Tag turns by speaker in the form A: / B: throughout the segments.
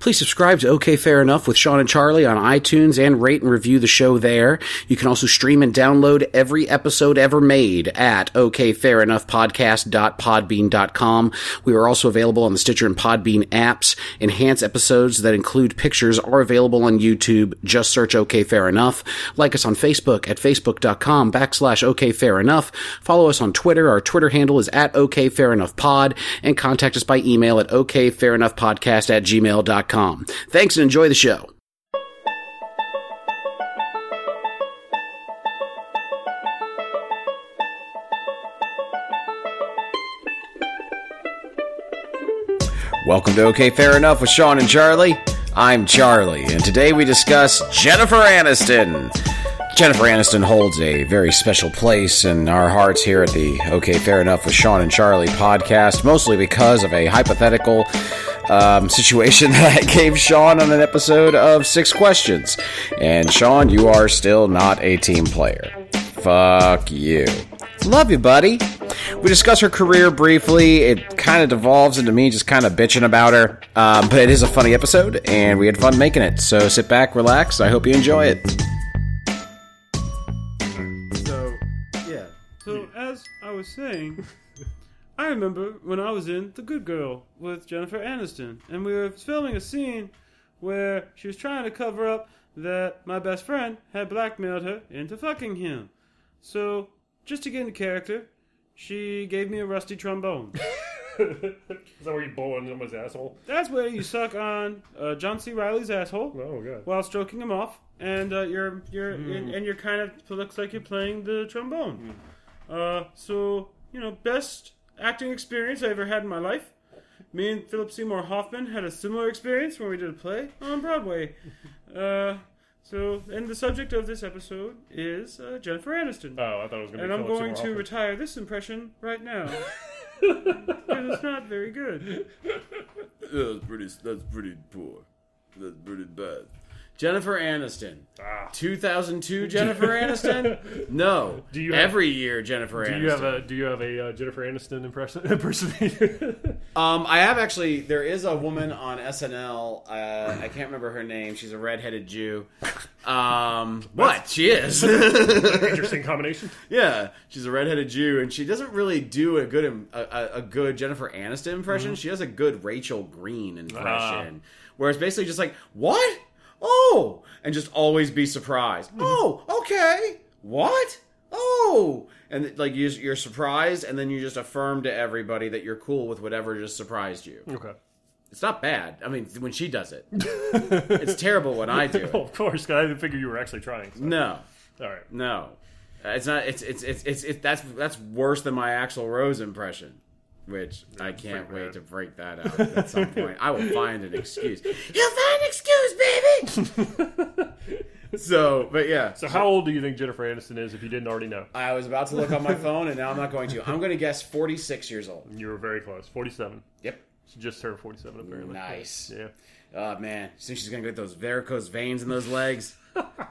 A: Please subscribe to OK Fair Enough with Sean and Charlie on iTunes and rate and review the show there. You can also stream and download every episode ever made at okfairenoughpodcast.podbean.com. We are also available on the Stitcher and Podbean apps. Enhance episodes that include pictures are available on YouTube. Just search OK Fair Enough. Like us on Facebook at facebook.com backslash OK Fair Enough. Follow us on Twitter. Our Twitter handle is at OK Fair Enough Pod and contact us by email at okfairenoughpodcast at gmail.com. Thanks and enjoy the show. Welcome to OK Fair Enough with Sean and Charlie. I'm Charlie, and today we discuss Jennifer Aniston. Jennifer Aniston holds a very special place in our hearts here at the OK Fair Enough with Sean and Charlie podcast, mostly because of a hypothetical um, situation that I gave Sean on an episode of Six Questions. And Sean, you are still not a team player. Fuck you. Love you, buddy. We discuss her career briefly. It kind of devolves into me just kind of bitching about her. Um, but it is a funny episode, and we had fun making it. So sit back, relax. I hope you enjoy it.
B: So, yeah.
C: So as I was saying, I remember when I was in The Good Girl with Jennifer Aniston, and we were filming a scene where she was trying to cover up that my best friend had blackmailed her into fucking him. So just to get into character, she gave me a rusty trombone.
B: Is that where you blow on someone's asshole?
C: That's where you suck on uh, John C. Riley's asshole
B: Oh, God.
C: while stroking him off, and uh, you're you're
B: Hmm.
C: and, and you're kind of it looks like you're playing the trombone.
B: Hmm.
C: Uh, so you know, best acting experience I ever had in my life. Me and Philip Seymour Hoffman had a similar experience when we did a play on Broadway. Uh, so, and the subject of this episode is uh, Jennifer Aniston,
B: Oh, I thought it was going to
C: and
B: be
C: I'm
B: Philip
C: going to
B: Seymour
C: retire this impression right now because it's not very good.
D: Yeah, that's pretty. That's pretty poor. That's pretty bad.
A: Jennifer Aniston.
B: Hoffman.
A: 2002 Jennifer Aniston? No.
B: Do you have-
A: Every year Jennifer
B: Ah.
A: Aniston.
B: Do you have a Do you have a uh, Jennifer Aniston impression? impersonator?
A: Um, I have actually. There is a woman on SNL. Uh, I can't remember her name. She's a redheaded Jew. Um, what she is?
B: Interesting combination.
A: yeah, she's a redheaded Jew, and she doesn't really do a good im- a, a- a good Jennifer Aniston impression. She does a good Rachel Green impression, where it's basically just like what? Oh, and just always be surprised. Oh, okay. What? Oh, and like you're, you're surprised, and then you just affirm to everybody that you're cool with whatever just surprised you.
B: Okay.
A: It's not bad. I mean, when she does it, it's terrible when I do
B: Oh,
A: it.
B: of course. 'cause I didn't figure you were actually trying. so-
A: No,
B: All right.
A: no, Uh, it's not. It's it's it's it's, it's that's that's worse than my Axl Rose impression, which I can't wait
B: bad.
A: to break that out at some point. I will find an excuse. You'll find an excuse, baby. so, but yeah.
B: So, how old do you think Jennifer Aniston is? If you didn't already know,
A: I was about to look on my phone, and now I'm not going to. I'm going to guess 46 years old.
B: you were very close. Forty-seven.
A: Yep.
B: She just turned forty-seven apparently.
A: Nice.
B: Yeah.
A: Oh man, since she's gonna get those varicose veins in those legs.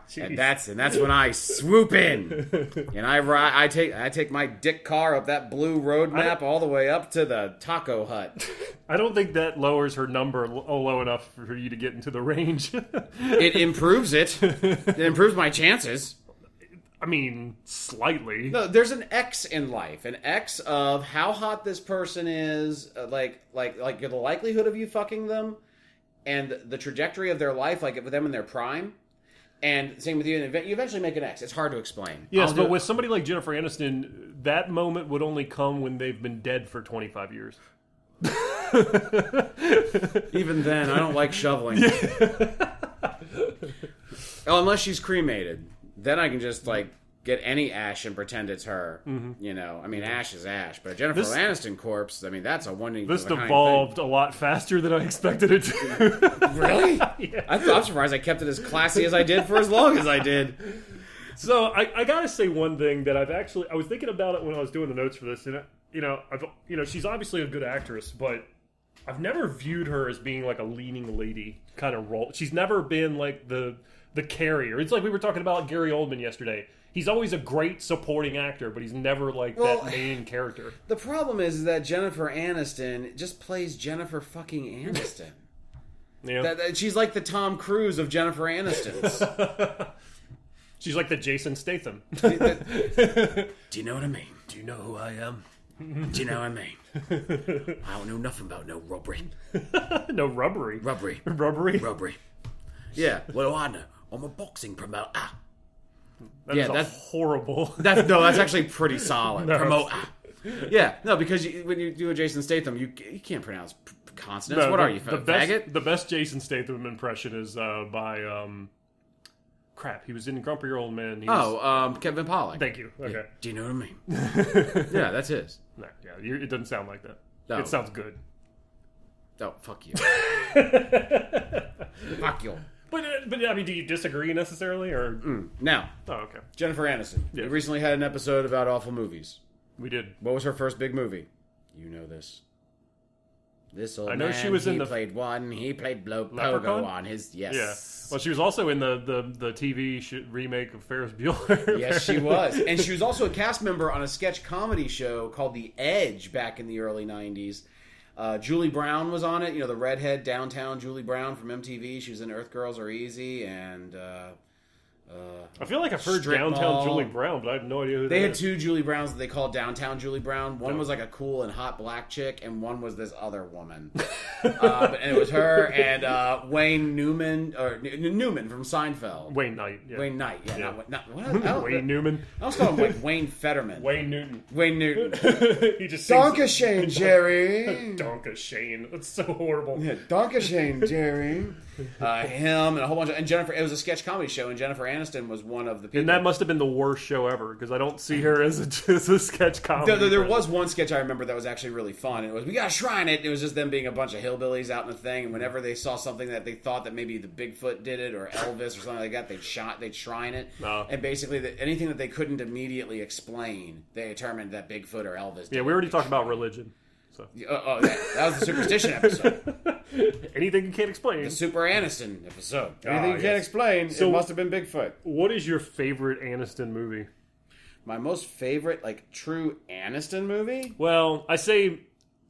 B: Jeez.
A: And that's and that's when I swoop in, and I ride. I take I take my dick car up that blue road map all the way up to the Taco Hut.
B: I don't think that lowers her number l- uh, low enough for you to get into the range.
A: It improves it. It improves my chances.
B: I mean, slightly.
A: No, there's an X in life, an X of how hot this person is, uh, like like like the likelihood of you fucking them, and the trajectory of their life, like with them in their prime. And same with you. And ev- you eventually make an X. It's hard to explain.
B: Yes,
A: I'll do
B: but
A: it.
B: with somebody like Jennifer Aniston, that moment would only come when they've been dead for 25 years.
A: Even then, I don't like shoveling. oh, unless she's cremated, then I can just like get any ash and pretend it's her. You know, I mean, ash is ash, but a Jennifer
B: Mm-hmm. This-
A: Aniston corpse. I mean, that's a one. of
B: This
A: a kind
B: devolved a lot faster than I expected it to.
A: thing. Really? I thought, I'm surprised I kept it as classy as I did for as long as I did.
B: so I, I gotta say one thing that I've actually I was thinking about it when I was doing the notes for this, and I, you know I've you know she's obviously a good actress, but I've never viewed her as being like a leaning lady kind of role. She's never been like the the carrier. It's like we were talking about Gary Oldman yesterday. He's always a great supporting actor, but he's never like
A: Well-
B: that main character.
A: The problem is that Jennifer Aniston just plays Jennifer fucking Aniston.
B: Yeah.
A: That, that- she's like the Tom Cruise of Jennifer Aniston's.
B: She's like the Jason Statham.
A: Do you know what I mean? Do you know who I am? Do you know what I mean? I don't know nothing about no robbery.
B: no rubbery.
A: Robbery.
B: Rubbery.
A: Robbery. Yeah, what do I know? I'm a boxing promoter. Ah.
B: That
A: Yeah,
B: is a
A: that's-
B: horrible.
A: That's no, that's actually pretty solid. Promote. ah. Yeah, no, because you, when you do a Jason Statham, you you can't pronounce p- p- consonants.
B: No,
A: what
B: Uh, the,
A: are you,
B: The
A: fa-
B: best,
A: faggot?
B: the best Jason Statham impression is uh, by um, crap. He was in Grumpier Old Man. He was-
A: Oh, um, Kevin Pollak.
B: thank you. Okay,
A: Do you know what I mean? yeah, that's his.
B: no, yeah, you it doesn't sound like that.
A: No.
B: It sounds good.
A: Oh, fuck you. fuck you.
B: But uh, but I mean, do you disagree necessarily? Or
A: Mm. Now,
B: oh, okay,
A: Jennifer Aniston. We recently had an episode about awful movies.
B: we did.
A: What was her first big movie? You know this. This old
B: I know
A: man,
B: she was
A: he
B: in the-
A: played one. He played Blow
B: Leprechaun?
A: Pogo on his
B: Yeah.
A: yes.
B: Well, she was also in the the the TV sh- remake of Ferris Bueller.
A: Yes, she was. And she was also a cast member on a sketch comedy show called The Edge back in the early 90s. Uh, Julie Brown was on it, you know, the redhead downtown Julie Brown from MTV. She was in Earth Girls Are Easy and uh,
B: I feel like I've heard
A: Strip
B: Downtown
A: mall.
B: Julie Brown, but I have no idea who
A: They
B: that
A: had
B: is.
A: two Julie Browns that they called Downtown Julie Brown.
B: Oh.
A: One was like a cool and hot black chick, and one was this other woman. uh, but- and it was her and uh, Wayne Newman or N- N- Newman from Seinfeld.
B: Wayne Knight. Yeah.
A: Wayne Knight, yeah,
B: Yeah.
A: not, not what, I, don't-
B: Wayne Newman.
A: I was calling him like Wayne Fetterman. Wayne,
B: Wayne Newton.
A: Newton.
B: he just sings
A: Donka Shane Jerry.
B: Donka Shane. That's so horrible.
A: Yeah, Donka Shane Jerry. Uh, him and a whole bunch of and Jennifer. It was a sketch comedy show, and Jennifer Aniston was one of the people.
B: And that must have been the worst show ever because I don't see her as a, as a sketch comedy.
A: There, there, there
B: person.
A: was one sketch I remember that was actually really fun. It was we gotta shrine it. It was just them being a bunch of hillbillies out in the thing, and whenever they saw something that they thought that maybe the Bigfoot did it or Elvis or something like that, they'd shot, they'd shrine it,
B: Oh.
A: and basically the, anything that they couldn't immediately explain, they determined that Bigfoot or Elvis.
B: Yeah, we already talked about religion. So
A: Did. Uh, oh, that, that was the superstition episode,
B: anything you can't explain.
A: the Super Aniston episode.
B: Ah, yes.
A: explain,
B: So-
A: have been Bigfoot.
B: What is your favorite Aniston movie?
A: My most favorite, like true Aniston movie.
B: Well, I say,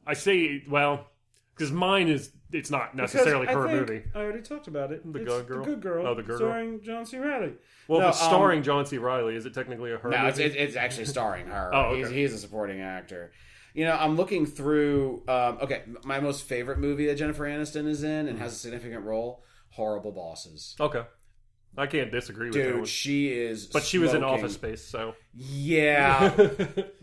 B: I say, well, because mine is it's not necessarily
C: Because
B: her
C: I think
B: movie.
C: I already talked about it.
B: The
C: It's
B: Good Girl?
C: The Good Girl.
B: Oh, The Good Girl.
C: starring John C. Riley.
B: Well,
A: No,
B: if it's
A: um,
B: starring John C. Riley, is it technically a her?
A: No, it's,
B: movie?
A: it's it's actually starring her.
B: Oh,
A: he's,
B: okay.
A: he's a supporting actor. You know, I'm looking through. Um, okay, m- my most favorite movie that Jennifer Aniston is in
B: Mm-hmm.
A: and has a significant role: Horrible Bosses.
B: okay. I can't disagree with that one.
A: Dude, she is.
B: But she was in
A: smoking.
B: Office Space, so
A: Yeah,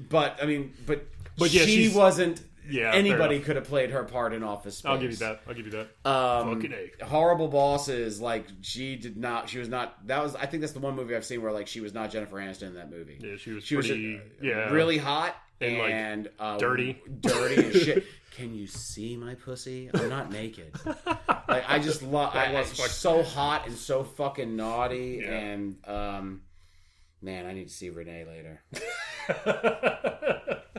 A: but I mean, but
B: But yeah,
A: she
B: she's-
A: wasn't.
B: Yeah, fair
A: anybody
B: enough.
A: could have played her part in Office Space.
B: I'll give you that. I'll give you that.
A: Um,
B: Fucking A.
A: horrible bosses. Like she did not. She was not. That was. I think that's the one movie I've seen where like she was not Jennifer Aniston in that movie.
B: Yeah, she was
A: she was
B: pretty.
A: uh,
B: yeah,
A: really hot
B: And,
A: and,
B: like,
A: uh,
B: dirty.
A: dirty as shit. Can you see my pussy? I'm not naked. Like I just love. I was
B: fucked.
A: so hot and so fucking naughty
B: Yeah.
A: and um. Man, I need to see Renee later.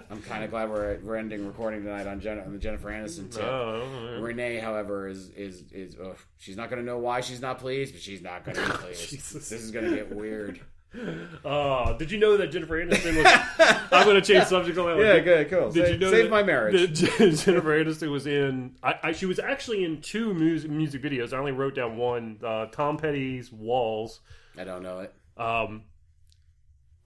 A: I'm kind of glad we're, we're ending recording tonight on, Jen, on the Jennifer Aniston tip.
B: Oh,
A: Renee, however, is is is ugh, she's not going to know why she's not pleased, but she's not going to be pleased.
B: Jesus.
A: This is going to get weird.
B: Oh, did you know that Jennifer Aniston was? I'm going to change subject on that. one. Did-
A: cool.
B: Did you know that- that Jennifer Aniston was in. I, I, she was actually in two music, music videos. I only wrote down one. Uh, Tom Petty's Walls.
A: I don't know it.
B: Um,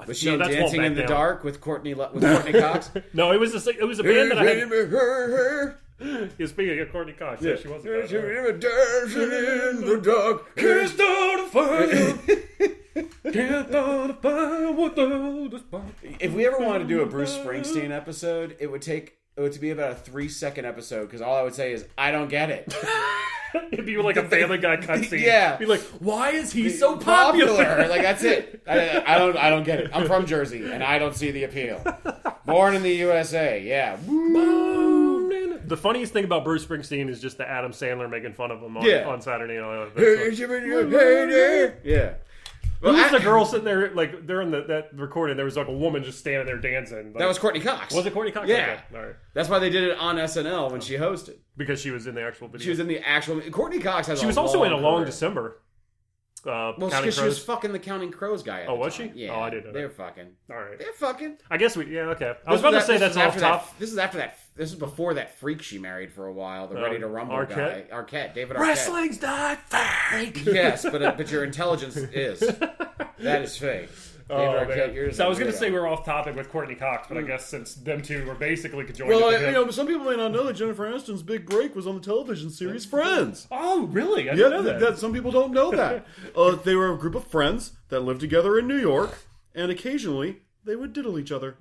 A: Was she
B: No,
A: in
B: that's Walt
A: dancing in the
B: Backdown.
A: dark with Courtney Lo- with Courtney Cox?
B: no, it was a, it was a band that I had. yeah, Speaking of Courtney Cox, yeah, she was. Here's
A: Dancing in the dark. Kiss
B: the fire. Can't light a fire without a spark.
A: If we ever wanted to do a Bruce Springsteen episode, it would take it would be about a three second episode because all I would say is I don't get it.
B: It'd be like a Family Guy cutscene.
A: Yeah.
B: be like, why is he so popular?
A: Like that's it. I, I don't. I don't get it. I'm from Jersey, and I don't see the appeal. Born in the USA. Yeah.
B: The funniest thing about Bruce Springsteen is just the Adam Sandler making fun of him on,
A: Yeah.
B: on Saturday Night Live. That's
A: Yeah. Well,
B: Who's
A: I-
B: the girl sitting there, like, they're in the, that recording, there was like a woman just standing there dancing. Like,
A: That was Courtney Cox.
B: Was it Courtney Cox?
A: Yeah.
B: Okay, all right.
A: That's why they did it on SNL when she hosted.
B: Because she was in the actual video.
A: She was in the actual. Courtney Cox has.
B: She was also in A Long
A: career.
B: December. Uh,
A: Well,
B: Counting
A: because she was
B: Crows.
A: fucking the Counting Crows guy. at
B: Oh,
A: the
B: was
A: time.
B: she?
A: Yeah.
B: Oh, I didn't know
A: They're
B: that.
A: fucking.
B: All right.
A: They're fucking.
B: I guess we, yeah, okay. I was about to say
A: This was
B: that's off
A: after that-
B: top.
A: this is after that this is before that freak she married for a while, the Ready to Rumble guy,
B: Um, Arquette?
A: Arquette, David Arquette.
B: Wrestling's not fake.
A: Yes, but uh, but your intelligence is that is fake.
B: Oh,
A: David
B: man.
A: Arquette, you're
B: so I was going
A: weirdo.
B: to say we are off topic with Courtney Cox,
A: Mm.
B: but I guess since them two were basically conjoined.
D: Well,
B: at the
D: I, you
B: hip-
D: know, some people may not know that Jennifer Aniston's big break was on the television series Friends.
B: oh, really? I
D: Yeah,
B: didn't know
D: th-
B: that.
D: that- some people don't know that. uh, they were a group of friends that lived together in New York, and occasionally they would diddle each other.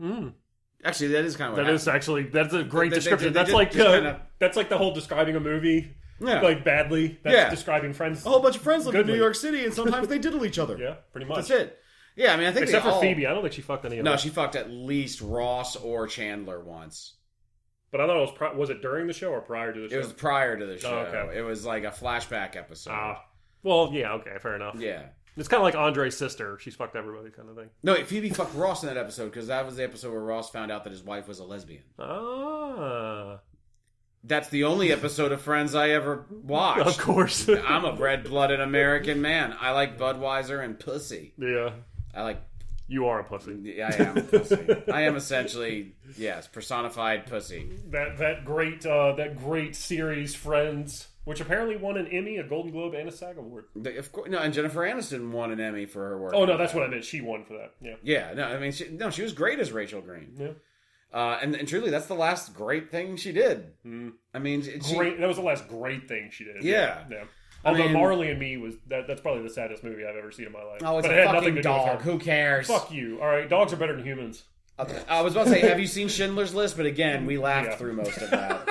A: actually that is kind of what
B: That is actually that's a great
A: They- they-
B: description.
A: they- they
B: that's
A: just-
B: like
A: just
B: uh,
A: kinda-
B: that's like the whole describing a movie
D: Yeah.
B: like badly. That's
A: Yeah. Oh.
B: describing friends.
D: A whole bunch of friends lived in
B: Goodly.
D: New York City, and sometimes they diddle each other.
B: yeah, pretty much.
A: That's it. Yeah, I mean I think
B: Except
A: they
B: for
A: all-
B: Phoebe, I don't think she fucked any of
A: No,
B: them.
A: she fucked at least Ross or Chandler once.
B: But I thought it was pri- was it during the show or prior to the show?
A: It was prior to the show.
B: Oh, okay.
A: It was like a flashback episode.
B: Ah. well, yeah, okay, fair enough.
A: Yeah.
B: It's kind of like Andre's sister. She's fucked everybody, kind of thing.
A: No, Phoebe fucked Ross in that episode because that was the episode where Ross found out that his wife was a lesbian.
B: Ah,
A: That's the only episode of Friends I ever watched.
B: of course.
A: I'm a red blooded American man. I like Budweiser and pussy.
B: yeah,
A: I like.
B: you are a pussy.
A: I am a pussy. I am essentially yes, personified pussy.
B: That that great uh, that great series, Friends, which apparently won an Emmy, a Golden Globe, and a SAG award.
A: The- Of course, no. And Jennifer Aniston won an Emmy for her work.
B: Oh no, that's what I meant. She won for that. Yeah.
A: Yeah, no. I mean, she, no. She was great as Rachel Green.
B: Yeah.
A: Uh, and, and truly, that's the last great thing she did. I mean, she,
B: Hmm. great. That was the last great thing she did.
A: Yeah.
B: yeah. Although
A: mean-
B: Marley and Me was that, that's probably the saddest movie I've ever seen in my life.
A: Oh, it's
B: but
A: a
B: it had nothing
A: fucking
B: to do
A: dog.
B: with her.
A: Who cares?
B: Fuck you. All right, dogs are better than humans.
A: I was about to say, have you seen Schindler's List? But again, we laughed
B: Yeah.
A: through most of that.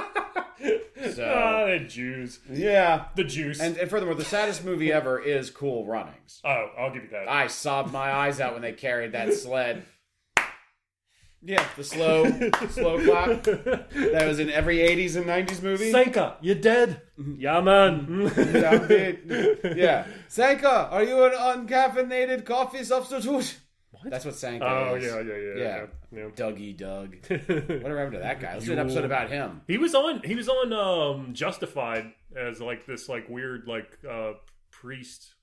A: So
B: Ah, the Jews.
A: yeah,
B: The juice.
A: and, and furthermore, the saddest movie ever is Cool Runnings.
B: oh, I'll give you that.
A: I sobbed my eyes out when they carried that sled. Yeah, the slow, slow clap that was in every '80s and '90s movie.
B: Senka, you dead? yeah, man.
A: Yeah, dude. yeah. Sanka, are you an uncaffeinated coffee substitute? That's what Sanka
B: oh
A: is.
B: yeah, yeah, yeah, yeah. yeah.
A: Dougie Doug. Whatever happened to that guy? Let's do an episode about him.
B: He was on. He was on um, Justified as like this like weird like uh, priest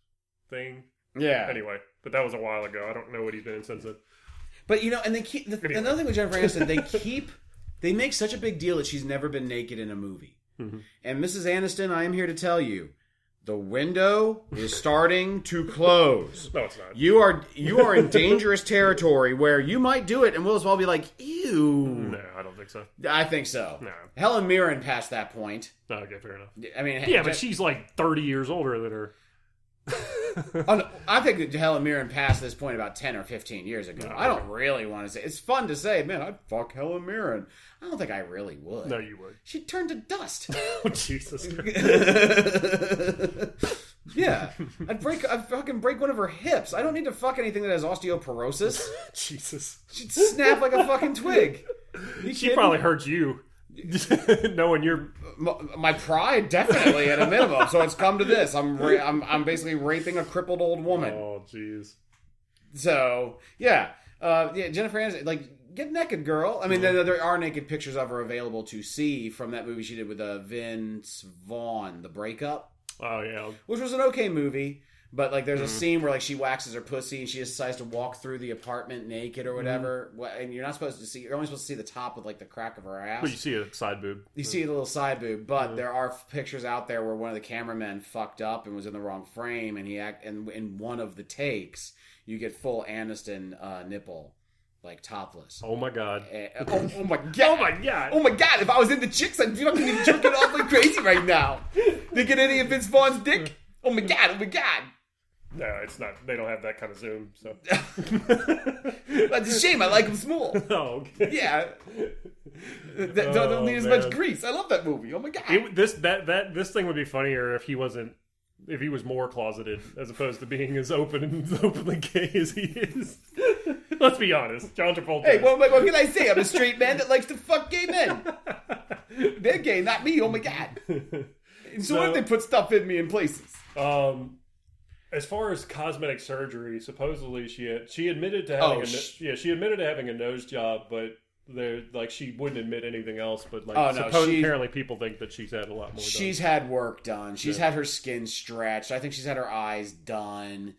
B: thing.
A: Yeah.
B: Anyway, but that was a while ago. I don't know what he's been in since then.
A: But you know, and they keep the, another thing with Jennifer Aniston, they keep they make such a big deal that she's never been naked in a movie.
B: Mm-hmm.
A: And Mrs. Aniston, I am here to tell you, the window is starting to close.
B: No, it's not.
A: You are you are in dangerous territory where you might do it, and we'll as well be like, ew.
B: No, I don't think so.
A: I think so.
B: Mm-hmm. No.
A: Helen Mirren passed that point.
B: Okay, fair enough.
A: I mean,
B: Yeah, but she's like 30 years older than her.
A: Oh, no, I think that Helen Mirren passed this point about 10 or 15 years ago. I don't really want to say. It's fun to say, man, I'd fuck Helen Mirren. I don't think I really would.
B: No, you would.
A: She turned to dust.
B: Oh, Jesus.
A: yeah. I'd break, I'd fucking break one of her hips. I don't need to fuck anything that has osteoporosis.
B: Jesus.
A: She'd snap like a fucking twig. You
B: She
A: kidding?
B: probably hurt you. Knowing you're.
A: M- my pride, definitely, at a minimum. So it's come to this. I'm, ra- I'm, I'm basically raping a crippled old woman.
B: Oh, jeez.
A: So yeah, uh, yeah, Jennifer Aniston, like get naked, girl. I mean, there, there are naked pictures of her available to see from that movie she did with uh, Vince Vaughn, The Breakup,
B: Oh, yeah.
A: which was an okay movie. But like, there's a scene where like she waxes her pussy and she decides to walk through the apartment naked or whatever. Wha- And you're not supposed to see. You're only supposed to see the top with like the crack of her ass.
B: But you see a side boob.
A: You see the little side boob, but there are f- pictures out there where one of the cameramen fucked up and was in the wrong frame, and he act and in one of the takes, you get full Aniston uh, nipple, like topless.
B: Oh, my God.
A: Eh, eh, Oh, oh my god!
B: Oh, my God.
A: Oh my god! If I was in the chicks, I'd fucking be jerking off like crazy right now. They get any of Vince Vaughn's dick? Oh my god! Oh my god!
B: No, it's not. They don't have that kind of zoom, so.
A: That's a shame. I like him small.
B: oh, okay.
A: Yeah, Th- th- don't,
B: Oh,
A: need as
B: man.
A: much grease. I love that movie. Oh my god!
B: It, this that that this thing would be funnier if he wasn't if he was more closeted as opposed to being as open and as openly gay as he is. Let's be honest, John Travolta.
A: Hey,
B: is-
A: what, what, what can I say? I'm a straight man that likes to fuck gay men. They're gay, not me. Oh my god. So, what if they put stuff in me in places?
B: Um, as far as cosmetic surgery, supposedly she had, she admitted to having
A: Oh,
B: a no-
A: sh-
B: yeah she admitted to having a nose job, but there like she wouldn't admit anything else. But like
A: Oh, no,
B: suppo-
A: she-
B: apparently people think that she's had a lot more.
A: She's had work done. She's had her skin stretched. I think she's had her eyes done.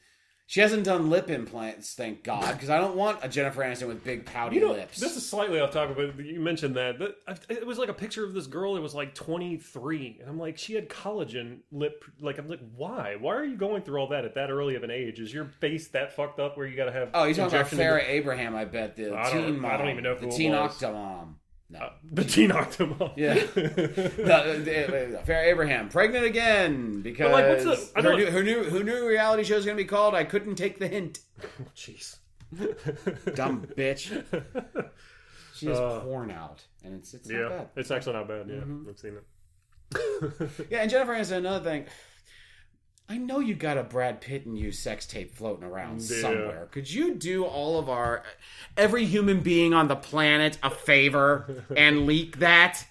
A: She hasn't done lip implants, thank God, because I don't want a Jennifer Aniston with big pouty
B: You know,
A: lips.
B: this is slightly off topic, but you mentioned that. That- I- It was like a picture of this girl that was like 23, and I'm like, she had collagen lip. Like, I'm like, why? Why are you going through all that at that early of an age? Is your face that fucked up where you got to have?
A: oh, you're talking about
B: injection into-
A: Farrah Abraham, I bet the
B: I don't-
A: teen mom,
B: I don't even know
A: the
B: who it
A: teen
B: was.
A: octomom. No,
B: Uh, the teen octomom.
A: yeah, no, the- uh, the- Farrah Abraham pregnant again because
B: like, what's the- I
A: her,
B: don't-
A: new, her new her new reality show is going to be called "I Couldn't Take the Hint."
B: Oh, Jeez.
A: Dumb bitch. She is
B: Uh,
A: porn out, and it's it's not
B: Yeah,
A: bad. Mm-hmm.
B: it's actually not bad. Yeah, I've seen it.
A: Yeah, and Jennifer Aniston, another thing. I know you got a Brad Pitt and you sex tape floating around
B: Yeah.
A: somewhere. Could you do all of our, every human being on the planet a favor and leak that?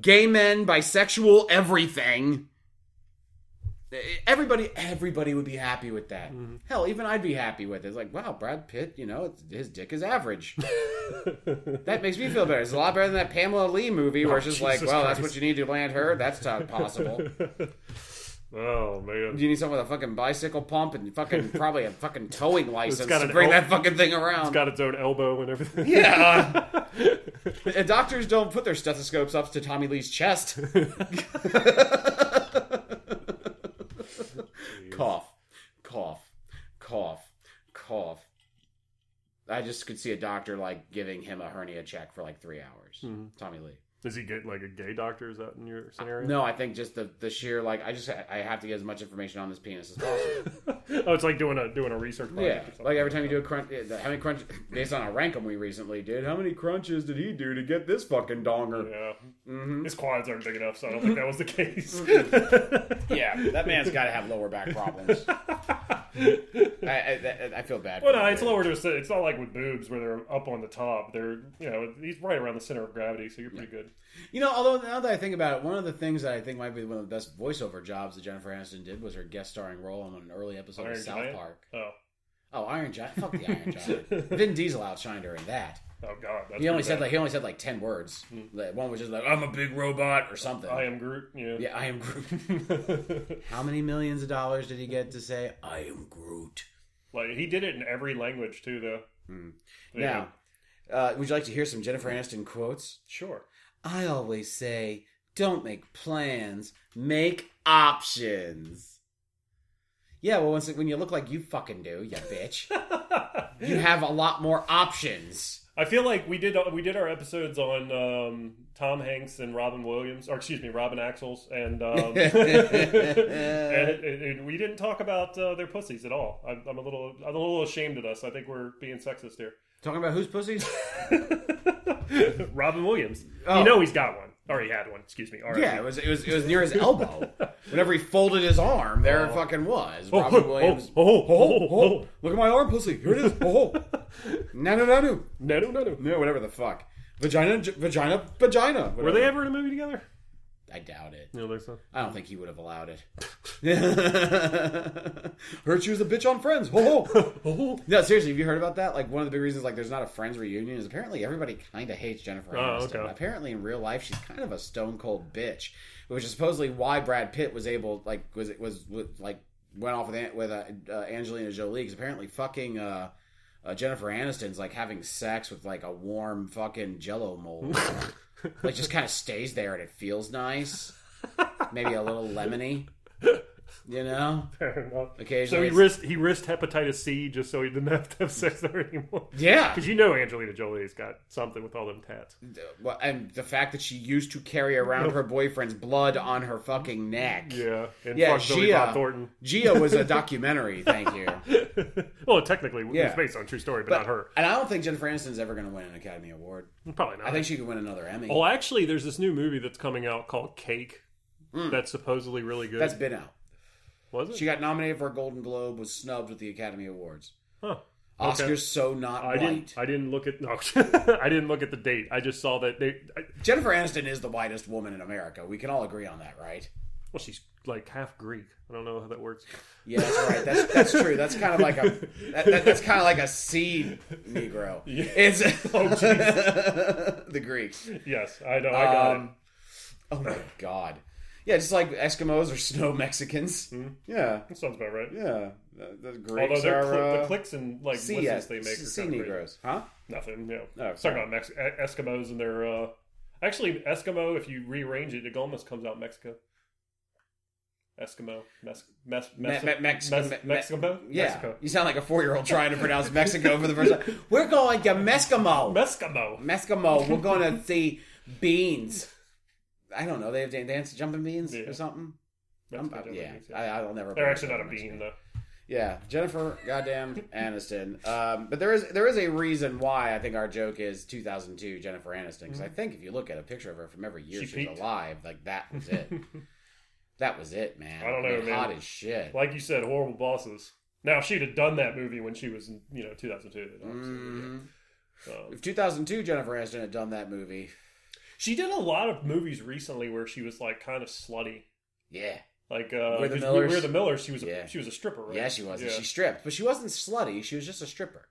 A: Gay men, bisexual, everything. Everybody, everybody would be happy with that.
B: Mm-hmm.
A: Hell, even I'd be happy with it. It's like, wow, Brad Pitt, you know, it's, his dick is average. that makes me feel better. It's a lot better than that Pamela Lee movie where it's just like,
B: Oh, Jesus
A: well, that's what
B: Christ.
A: you need to land her. That's not possible.
B: Oh man.
A: You need someone with a fucking bicycle pump and fucking probably a fucking towing license
B: got
A: to
B: an
A: bring
B: el-
A: that fucking thing around.
B: It's got its own elbow and everything.
A: yeah. Uh, doctors don't put their stethoscopes up to Tommy Lee's chest. cough, cough, cough, cough. I just could see a doctor like giving him a hernia check for like three hours.
B: Mm-hmm.
A: Tommy Lee.
B: Does he get like a gay doctor? Is that in your scenario?
A: No, I think just the, the sheer like I just I have to get as much information on this penis as possible.
B: Oh, it's like doing a doing a research project.
A: Yeah,
B: or something.
A: like every time you do a crunch, yeah, how many crunches? Based on a rankum we recently did, how many crunches did he do to get this fucking donger?
B: Yeah.
A: Mm-hmm.
B: His quads aren't big enough, so I don't think that was the case.
A: Yeah, that man's got to have lower back problems. I, I, I- I feel bad.
B: well,
A: for
B: no,
A: that
B: it's
A: dude.
B: lower to a center. It's not like with boobs where they're up on the top. They're, you know, he's right around the center of gravity, so you're pretty good.
A: You know, although now that I think about it, one of the things that I think might be one of the best voiceover jobs that Jennifer Aniston did was her guest starring role on an early episode
B: Iron
A: of South
B: Giant?
A: Park.
B: Oh,
A: Oh, Iron Giant! Fuck the Iron Giant. Vin Diesel outshined her in that.
B: oh God. That's
A: He only
B: pretty
A: said
B: bad.
A: like he only said like ten words. Like, One was just like "I'm a big robot" or something.
B: Hmm. I am Groot. Yeah.
A: Yeah, I am Groot. How many millions of dollars did he get to say, I am Groot?
B: Like, he did it in every language, too, though.
A: Hmm. Now, uh, would you like to hear some Jennifer Aniston quotes?
B: Sure.
A: I always say, don't make plans, make options. Yeah, well, once, when you look like you fucking do, you bitch, you have a lot more options.
B: I feel like we did we did our episodes on um, Tom Hanks and Robin Williams, or excuse me, Robin Axels, and, um, and it- it- it- we didn't talk about uh, their pussies at all. I'm, I'm a little I'm a little ashamed at us. I think we're being sexist here.
A: Talking about whose pussies?
B: Robin Williams,
A: Oh.
B: you know he's got one, or he had one. Excuse me. All right.
A: yeah, it was, it was it was near his elbow. Whenever he folded his arm, there it fucking was. Robin Williams.
B: Oh, oh, oh, oh, oh.
A: Look at my arm, pussy. Here it is. Oh, no, no, no, no,
B: No, no, no, no.
A: no, whatever the fuck. Vagina, j- vagina, vagina. Whatever.
B: Were they ever in a movie together?
A: I doubt it.
B: No, there's not.
A: I don't think he would have allowed it. Heard she was a bitch on Friends. Ho ho. no, seriously, have you heard about that? Like one of the big reasons, like there's not a Friends reunion, is apparently everybody kind of hates Jennifer Aniston.
B: okay.
A: Apparently, in real life, she's kind of a stone cold bitch, which is supposedly why Brad Pitt was able, like, was was, was like went off with An- with uh, uh, Angelina Jolie because apparently, fucking. uh uh, Jennifer Aniston's like having sex with like a warm fucking Jello mold, like just kind of stays there and it feels nice, maybe a little lemony, you know.
B: Fair enough. So
A: Occasionally,
B: he
A: it's-
B: risked he risked hepatitis C just so he didn't have to have sex there anymore.
A: yeah.
B: Because you know Angelina Jolie's got something with all them tats.
A: Well, and the fact that she used to carry around her boyfriend's blood on her fucking neck.
B: Yeah, and
A: Yeah, uh,
B: fuck Billy Bob
A: Gia.
B: Thornton.
A: Gia was a documentary. thank you.
B: Well, technically,
A: Yeah.
B: it's based on a true story, but, not her.
A: And I don't think Jennifer Aniston's ever going to win an Academy Award.
B: Probably not.
A: I think she could win another Emmy.
B: well, actually, there's this new movie that's coming out called Cake. That's supposedly really good.
A: Mm. That's been out.
B: Was it?
A: She got nominated for a Golden Globe, was snubbed with the Academy Awards.
B: Huh.
A: Oscars so not
B: I
A: white.
B: didn't. I didn't look at no. I didn't look at the date. I just saw that they. I,
A: Jennifer Aniston is the whitest woman in America. We can all agree on that, right?
B: well, she's like half Greek. I don't know how that works.
A: Yeah, that's right. That's that's true. That's kind of like a that, that, that's kind of like a seed Negro. It's the Greeks.
B: Yes, Oh, I know. I got
A: Um, Oh my god. Yeah, just like Eskimos or snow Mexicans. Yeah,
B: That sounds about right.
A: yeah. The, the Greeks
B: Hmm. Although they're
A: are
B: cl-
A: uh,
B: the clicks and like
A: sea,
B: listens they
A: uh,
B: make are
A: sea
B: kinda crazy.
A: Negroes, huh?
B: Nothing. No.
A: Oh,
B: It's talking about Mex- E- Eskimos and their. Uh... Actually, Eskimo. If you rearrange it, it almost comes out Mexico. Eskimo, Mes- Mes- Mes-
A: Me- me- Mex-
B: Mes-
A: me- me-
B: Mexico,
A: Yeah,
B: Mexico,
A: you sound like a four-year-old trying to pronounce Mexico for the first time. We're going to Meskimo.
B: Meskimo.
A: Meskimo. We're going to see beans. I don't know. They have dan- dance jumping beans
B: Yeah.
A: or something. I'm-
B: Mexico,
A: yeah,
B: Mexico.
A: I, I'll never.
B: They're
A: pronounce
B: actually
A: that
B: not a
A: Mexican.
B: bean though.
A: Yeah, Jennifer, goddamn Aniston. Um, but there is there is a reason why I think our joke is 2002 Jennifer Aniston because I think if you look at a picture of her from every year
B: Mm-hmm. She
A: she, was
B: peaked.
A: alive, like that was it. that was it, man.
B: I don't know,
A: I mean,
B: man.
A: Hot as shit.
B: Like you said, horrible bosses. Now, if she'd have done that movie when she was, in, you know, 2002, then obviously,
A: Mhm.
B: yeah. Um,
A: If 2002 Jennifer Aniston had done that movie,
B: she did a lot of movies recently where she was like kind of slutty.
A: yeah,
B: Like uh,
A: We're the
B: 'cause
A: Millers?
B: We're the Millers. She was,
A: Yeah.
B: a, she was a stripper, right?
A: yeah, she was.
B: Yeah.
A: She stripped, but she wasn't slutty. She was just a stripper.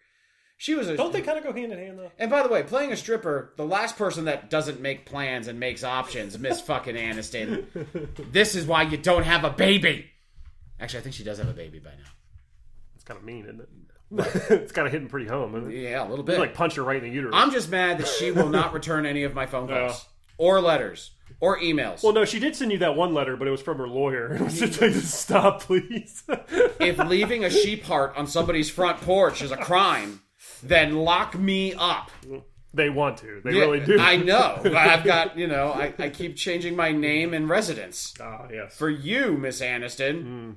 A: She was a
B: Don't they kind of go hand in hand though?
A: And by the way, playing a stripper, the last person that doesn't make plans and makes options, Miss fucking Aniston. This is why you don't have a baby. Actually, I think she does have a baby by now.
B: It's kind of mean, isn't it? it's kind of hitting pretty home, isn't it?
A: Yeah, a little bit.
B: Like punch her right in the uterus.
A: I'm just mad that she will not return any of my phone calls or letters or emails.
B: well, no, she did send you that one letter, but it was from her lawyer. It was just like, stop, please.
A: if leaving a sheep heart on somebody's front porch is a crime, then lock me up.
B: they want to. They really do.
A: I know. But I've got, you know, I, I keep changing my name and residence.
B: Ah, yes.
A: for you, Miss Aniston.
B: Hmm.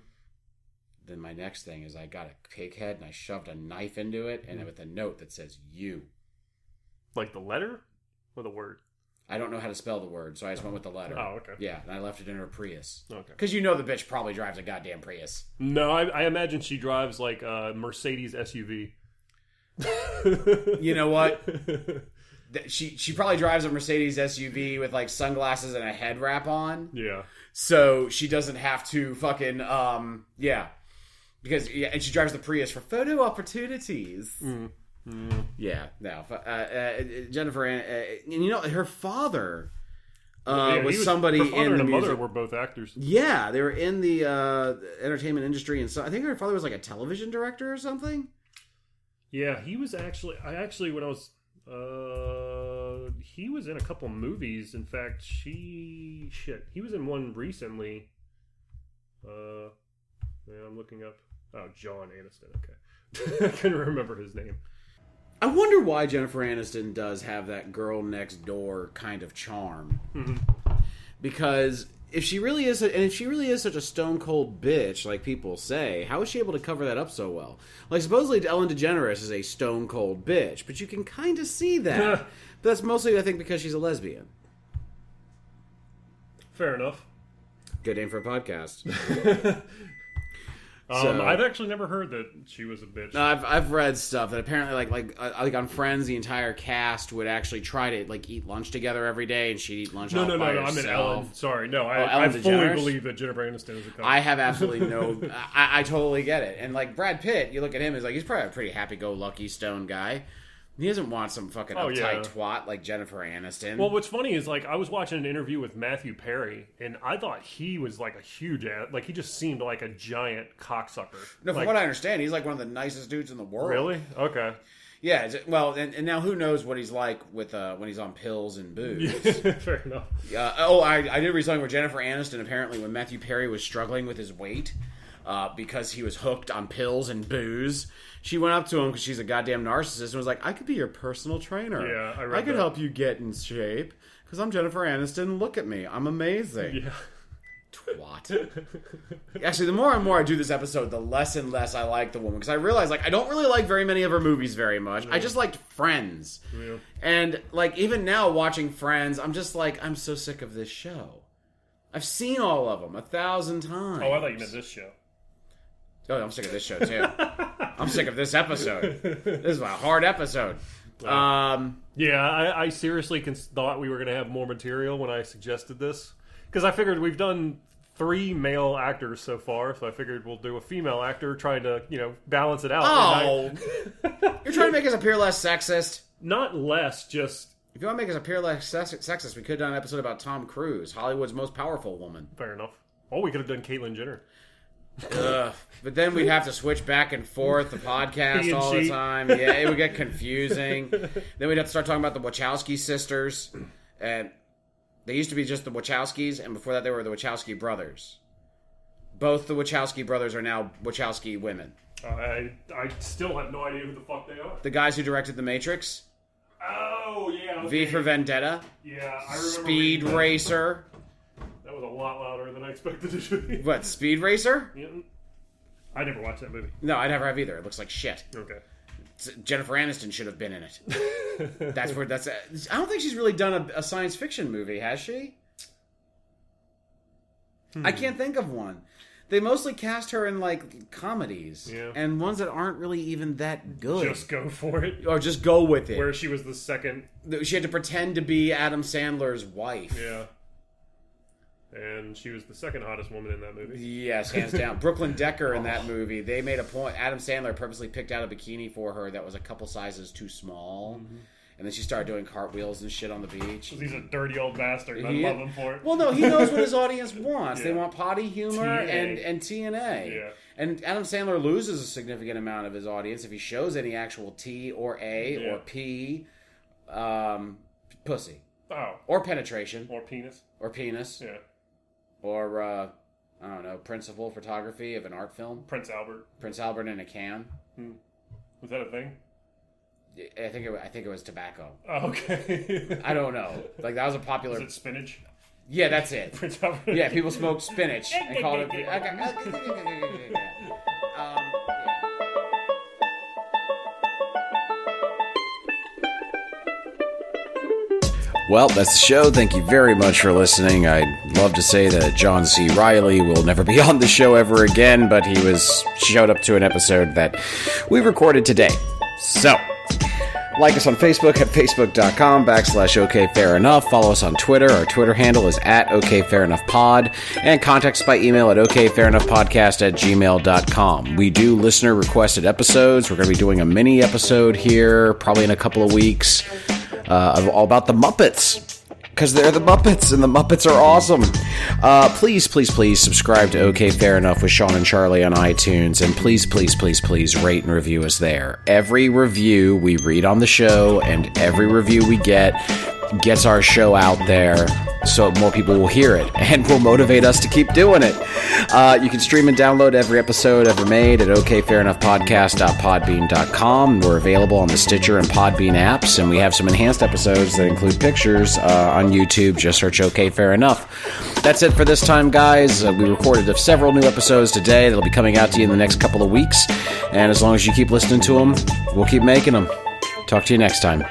A: Then my next thing is I got a pig head and I shoved a knife into it
B: Hmm.
A: and with a note that says you.
B: like the letter or the word.
A: I don't know how to spell the word, so I just went with the letter.
B: Oh, okay.
A: Yeah, and I left it in her Prius.
B: Okay.
A: Because you know the bitch probably drives a goddamn Prius.
B: No, I, I imagine she drives like a Mercedes SUV.
A: You know what? Th- she she probably drives a Mercedes SUV with like sunglasses and a head wrap on,
B: Yeah.
A: so she doesn't have to fucking um yeah. Because yeah, and she drives the Prius for photo opportunities.
B: Mm,
A: Yeah, no. Uh, uh, Jennifer, An- uh, and you know, her father uh,
B: Yeah, he
A: was, somebody
B: her father
A: in the
B: and her
A: music.
B: mother were both actors.
A: Yeah, they were in the uh, entertainment industry, and so I think her father was like a television director or something.
B: Yeah, he was actually. I actually when I was. Uh, he was in a couple movies. In fact, she shit. He was in one recently. Uh, yeah, I'm looking up. Oh, John Aniston. Okay, I couldn't remember his name.
A: I wonder why Jennifer Aniston does have that girl next door kind of charm.
B: Mm-hmm.
A: Because if she really is, a, and if she really is such a stone cold bitch, like people say, how is she able to cover that up so well? Like supposedly Ellen DeGeneres is a stone cold bitch, but you can kind of see that. but that's mostly, I think, because she's a lesbian.
B: Fair enough.
A: Good name for a podcast.
B: Um,
A: So-
B: I've actually never heard that she was a bitch.
A: No, I've I've read stuff that apparently like like uh, like on Friends, the entire cast would actually try to like eat lunch together every day, and she'd eat lunch.
B: No,
A: all
B: no,
A: by
B: no, no. I'm in
A: herself.
B: Ellen. Sorry, no.
A: Oh,
B: I, I
A: Ellen
B: fully
A: DeGeneres?
B: believe that Jennifer Aniston is a cop.
A: I have absolutely no. I, I totally get it. And like Brad Pitt, you look at him as like he's probably a pretty happy-go-lucky stone guy. He doesn't want some fucking
B: Oh,
A: uptight
B: yeah.
A: twat like Jennifer Aniston.
B: well, what's funny is like I was watching an interview with Matthew Perry, and I thought he was like a huge, a- like he just seemed like a giant cocksucker.
A: no, from
B: Like,
A: what I understand, he's like one of the nicest dudes in the world.
B: really? Okay.
A: Yeah. it's- Well, and, and now who knows what he's like with uh, when he's on pills and booze.
B: Fair enough.
A: Uh, oh, I, I did read something where Jennifer Aniston apparently when Matthew Perry was struggling with his weight uh, because he was hooked on pills and booze, she went up to him because she's a goddamn narcissist and was like, "I could be your personal trainer.
B: Yeah, I read
A: could
B: that.
A: help you get in shape because I'm Jennifer Aniston. Look at me, I'm amazing."
B: Yeah.
A: Twat. Actually, the more and more I do this episode, the less and less I like the woman because I realize like I don't really like very many of her movies very much. I just liked Friends,
B: Yeah.
A: and like even now watching Friends, I'm just like I'm so sick of this show. I've seen all of them a thousand times.
B: Oh, I thought you meant this show.
A: Oh, I'm sick of this show too. I'm sick of this episode. This is a hard episode. Um,
B: Yeah, I, I seriously cons- thought we were going to have more material when I suggested this because I figured we've done three male actors so far, so I figured we'll do a female actor trying to you know balance it out. And I-
A: oh, you're trying to make us appear less sexist.
B: not less, just
A: If you want to make us appear less sex- sexist, we could have done an episode about Tom Cruise, Hollywood's most powerful woman.
B: Fair enough. Oh, we could have done Caitlyn Jenner.
A: Ugh. But then we'd have to switch back and forth the
B: He
A: podcast
B: and
A: all
B: she.
A: the time. Yeah, it would get confusing. then we'd have to start talking about the Wachowski sisters, and they used to be just the Wachowskis, and before that they were the Wachowski brothers. Both the Wachowski brothers are now Wachowski women.
B: I I still have no idea who the fuck they are.
A: The guys who directed The Matrix,
B: Oh yeah.
A: V
B: okay.
A: for Vendetta,
B: Yeah, I remember.
A: Speed
B: reading that.
A: Racer.
B: That was a lot louder than I expected it to be.
A: What, Speed Racer?
B: Yeah. I never watched that movie.
A: No, I never have either. It looks like shit.
B: Okay.
A: Jennifer Aniston should have been in it. that's where that's. I don't think she's really done a, a science fiction movie, has she?
B: Hmm.
A: I can't think of one. They mostly cast her in like comedies
B: Yeah.
A: and ones that aren't really even that good.
B: Just go for it.
A: or just go with it.
B: Where she was the second.
A: She had to pretend to be Adam Sandler's wife.
B: Yeah. And she was the second hottest woman in that movie.
A: Yes, hands down. Brooklyn Decker in
B: Oh.
A: that movie, they made a point. Adam Sandler purposely picked out a bikini for her that was a couple sizes too small,
B: Mm-hmm.
A: and then she started doing cartwheels and shit on the beach.
B: He's a dirty old bastard. and
A: He-
B: I love him for it.
A: Well, no, he knows what his audience wants. They
B: Yeah.
A: want potty humor
B: TNA.
A: and and TNA.
B: Yeah.
A: And Adam Sandler loses a significant amount of his audience if he shows any actual T or A
B: Yeah.
A: or P, um, pussy
B: oh,
A: or penetration
B: or penis.
A: or penis
B: Yeah,
A: or uh, I don't know principal photography of an art film.
B: Prince Albert.
A: Prince Albert in a can.
B: Was that a thing?
A: I think it, wa- I think it was tobacco.
B: Oh, okay.
A: I don't know. Like that was a
B: Is
A: popular.
B: it spinach?
A: Yeah, that's it.
B: Prince Albert.
A: Yeah, people smoked spinach and called it. Okay, okay, okay, okay, okay, okay, okay. Um, yeah. Well, that's the show. Thank you very much for listening. I'd love to say that John C. Riley will never be on the show ever again, but he was showed up to an episode that we recorded today. So, like us on Facebook at facebook.com backslash OK Fair Enough. Follow us on Twitter. Our Twitter handle is at OK Fair Enough Pod. And contact us by email at OK Fair Enough Podcast at gmail.com. We do listener requested episodes. We're going to be doing a mini episode here probably in a couple of weeks uh, of all about the Muppets because they're the Muppets, and the Muppets are awesome. Uh, please, please, please subscribe to OK Fair Enough with Sean and Charlie on iTunes, and please, please, please, please rate and review us there. Every review we read on the show, and every review we get gets our show out there so more people will hear it and will motivate us to keep doing it. Uh, you can stream and download every episode ever made at okfairenoughpodcast.podbean.com. We're available on the Stitcher and Podbean apps, and we have some enhanced episodes that include pictures uh, on YouTube. Just search OK Fair Enough. That's it for this time, guys. Uh, we recorded of several new episodes today that'll be coming out to you in the next couple of weeks. And as long as you keep listening to them, we'll keep making them. Talk to you next time.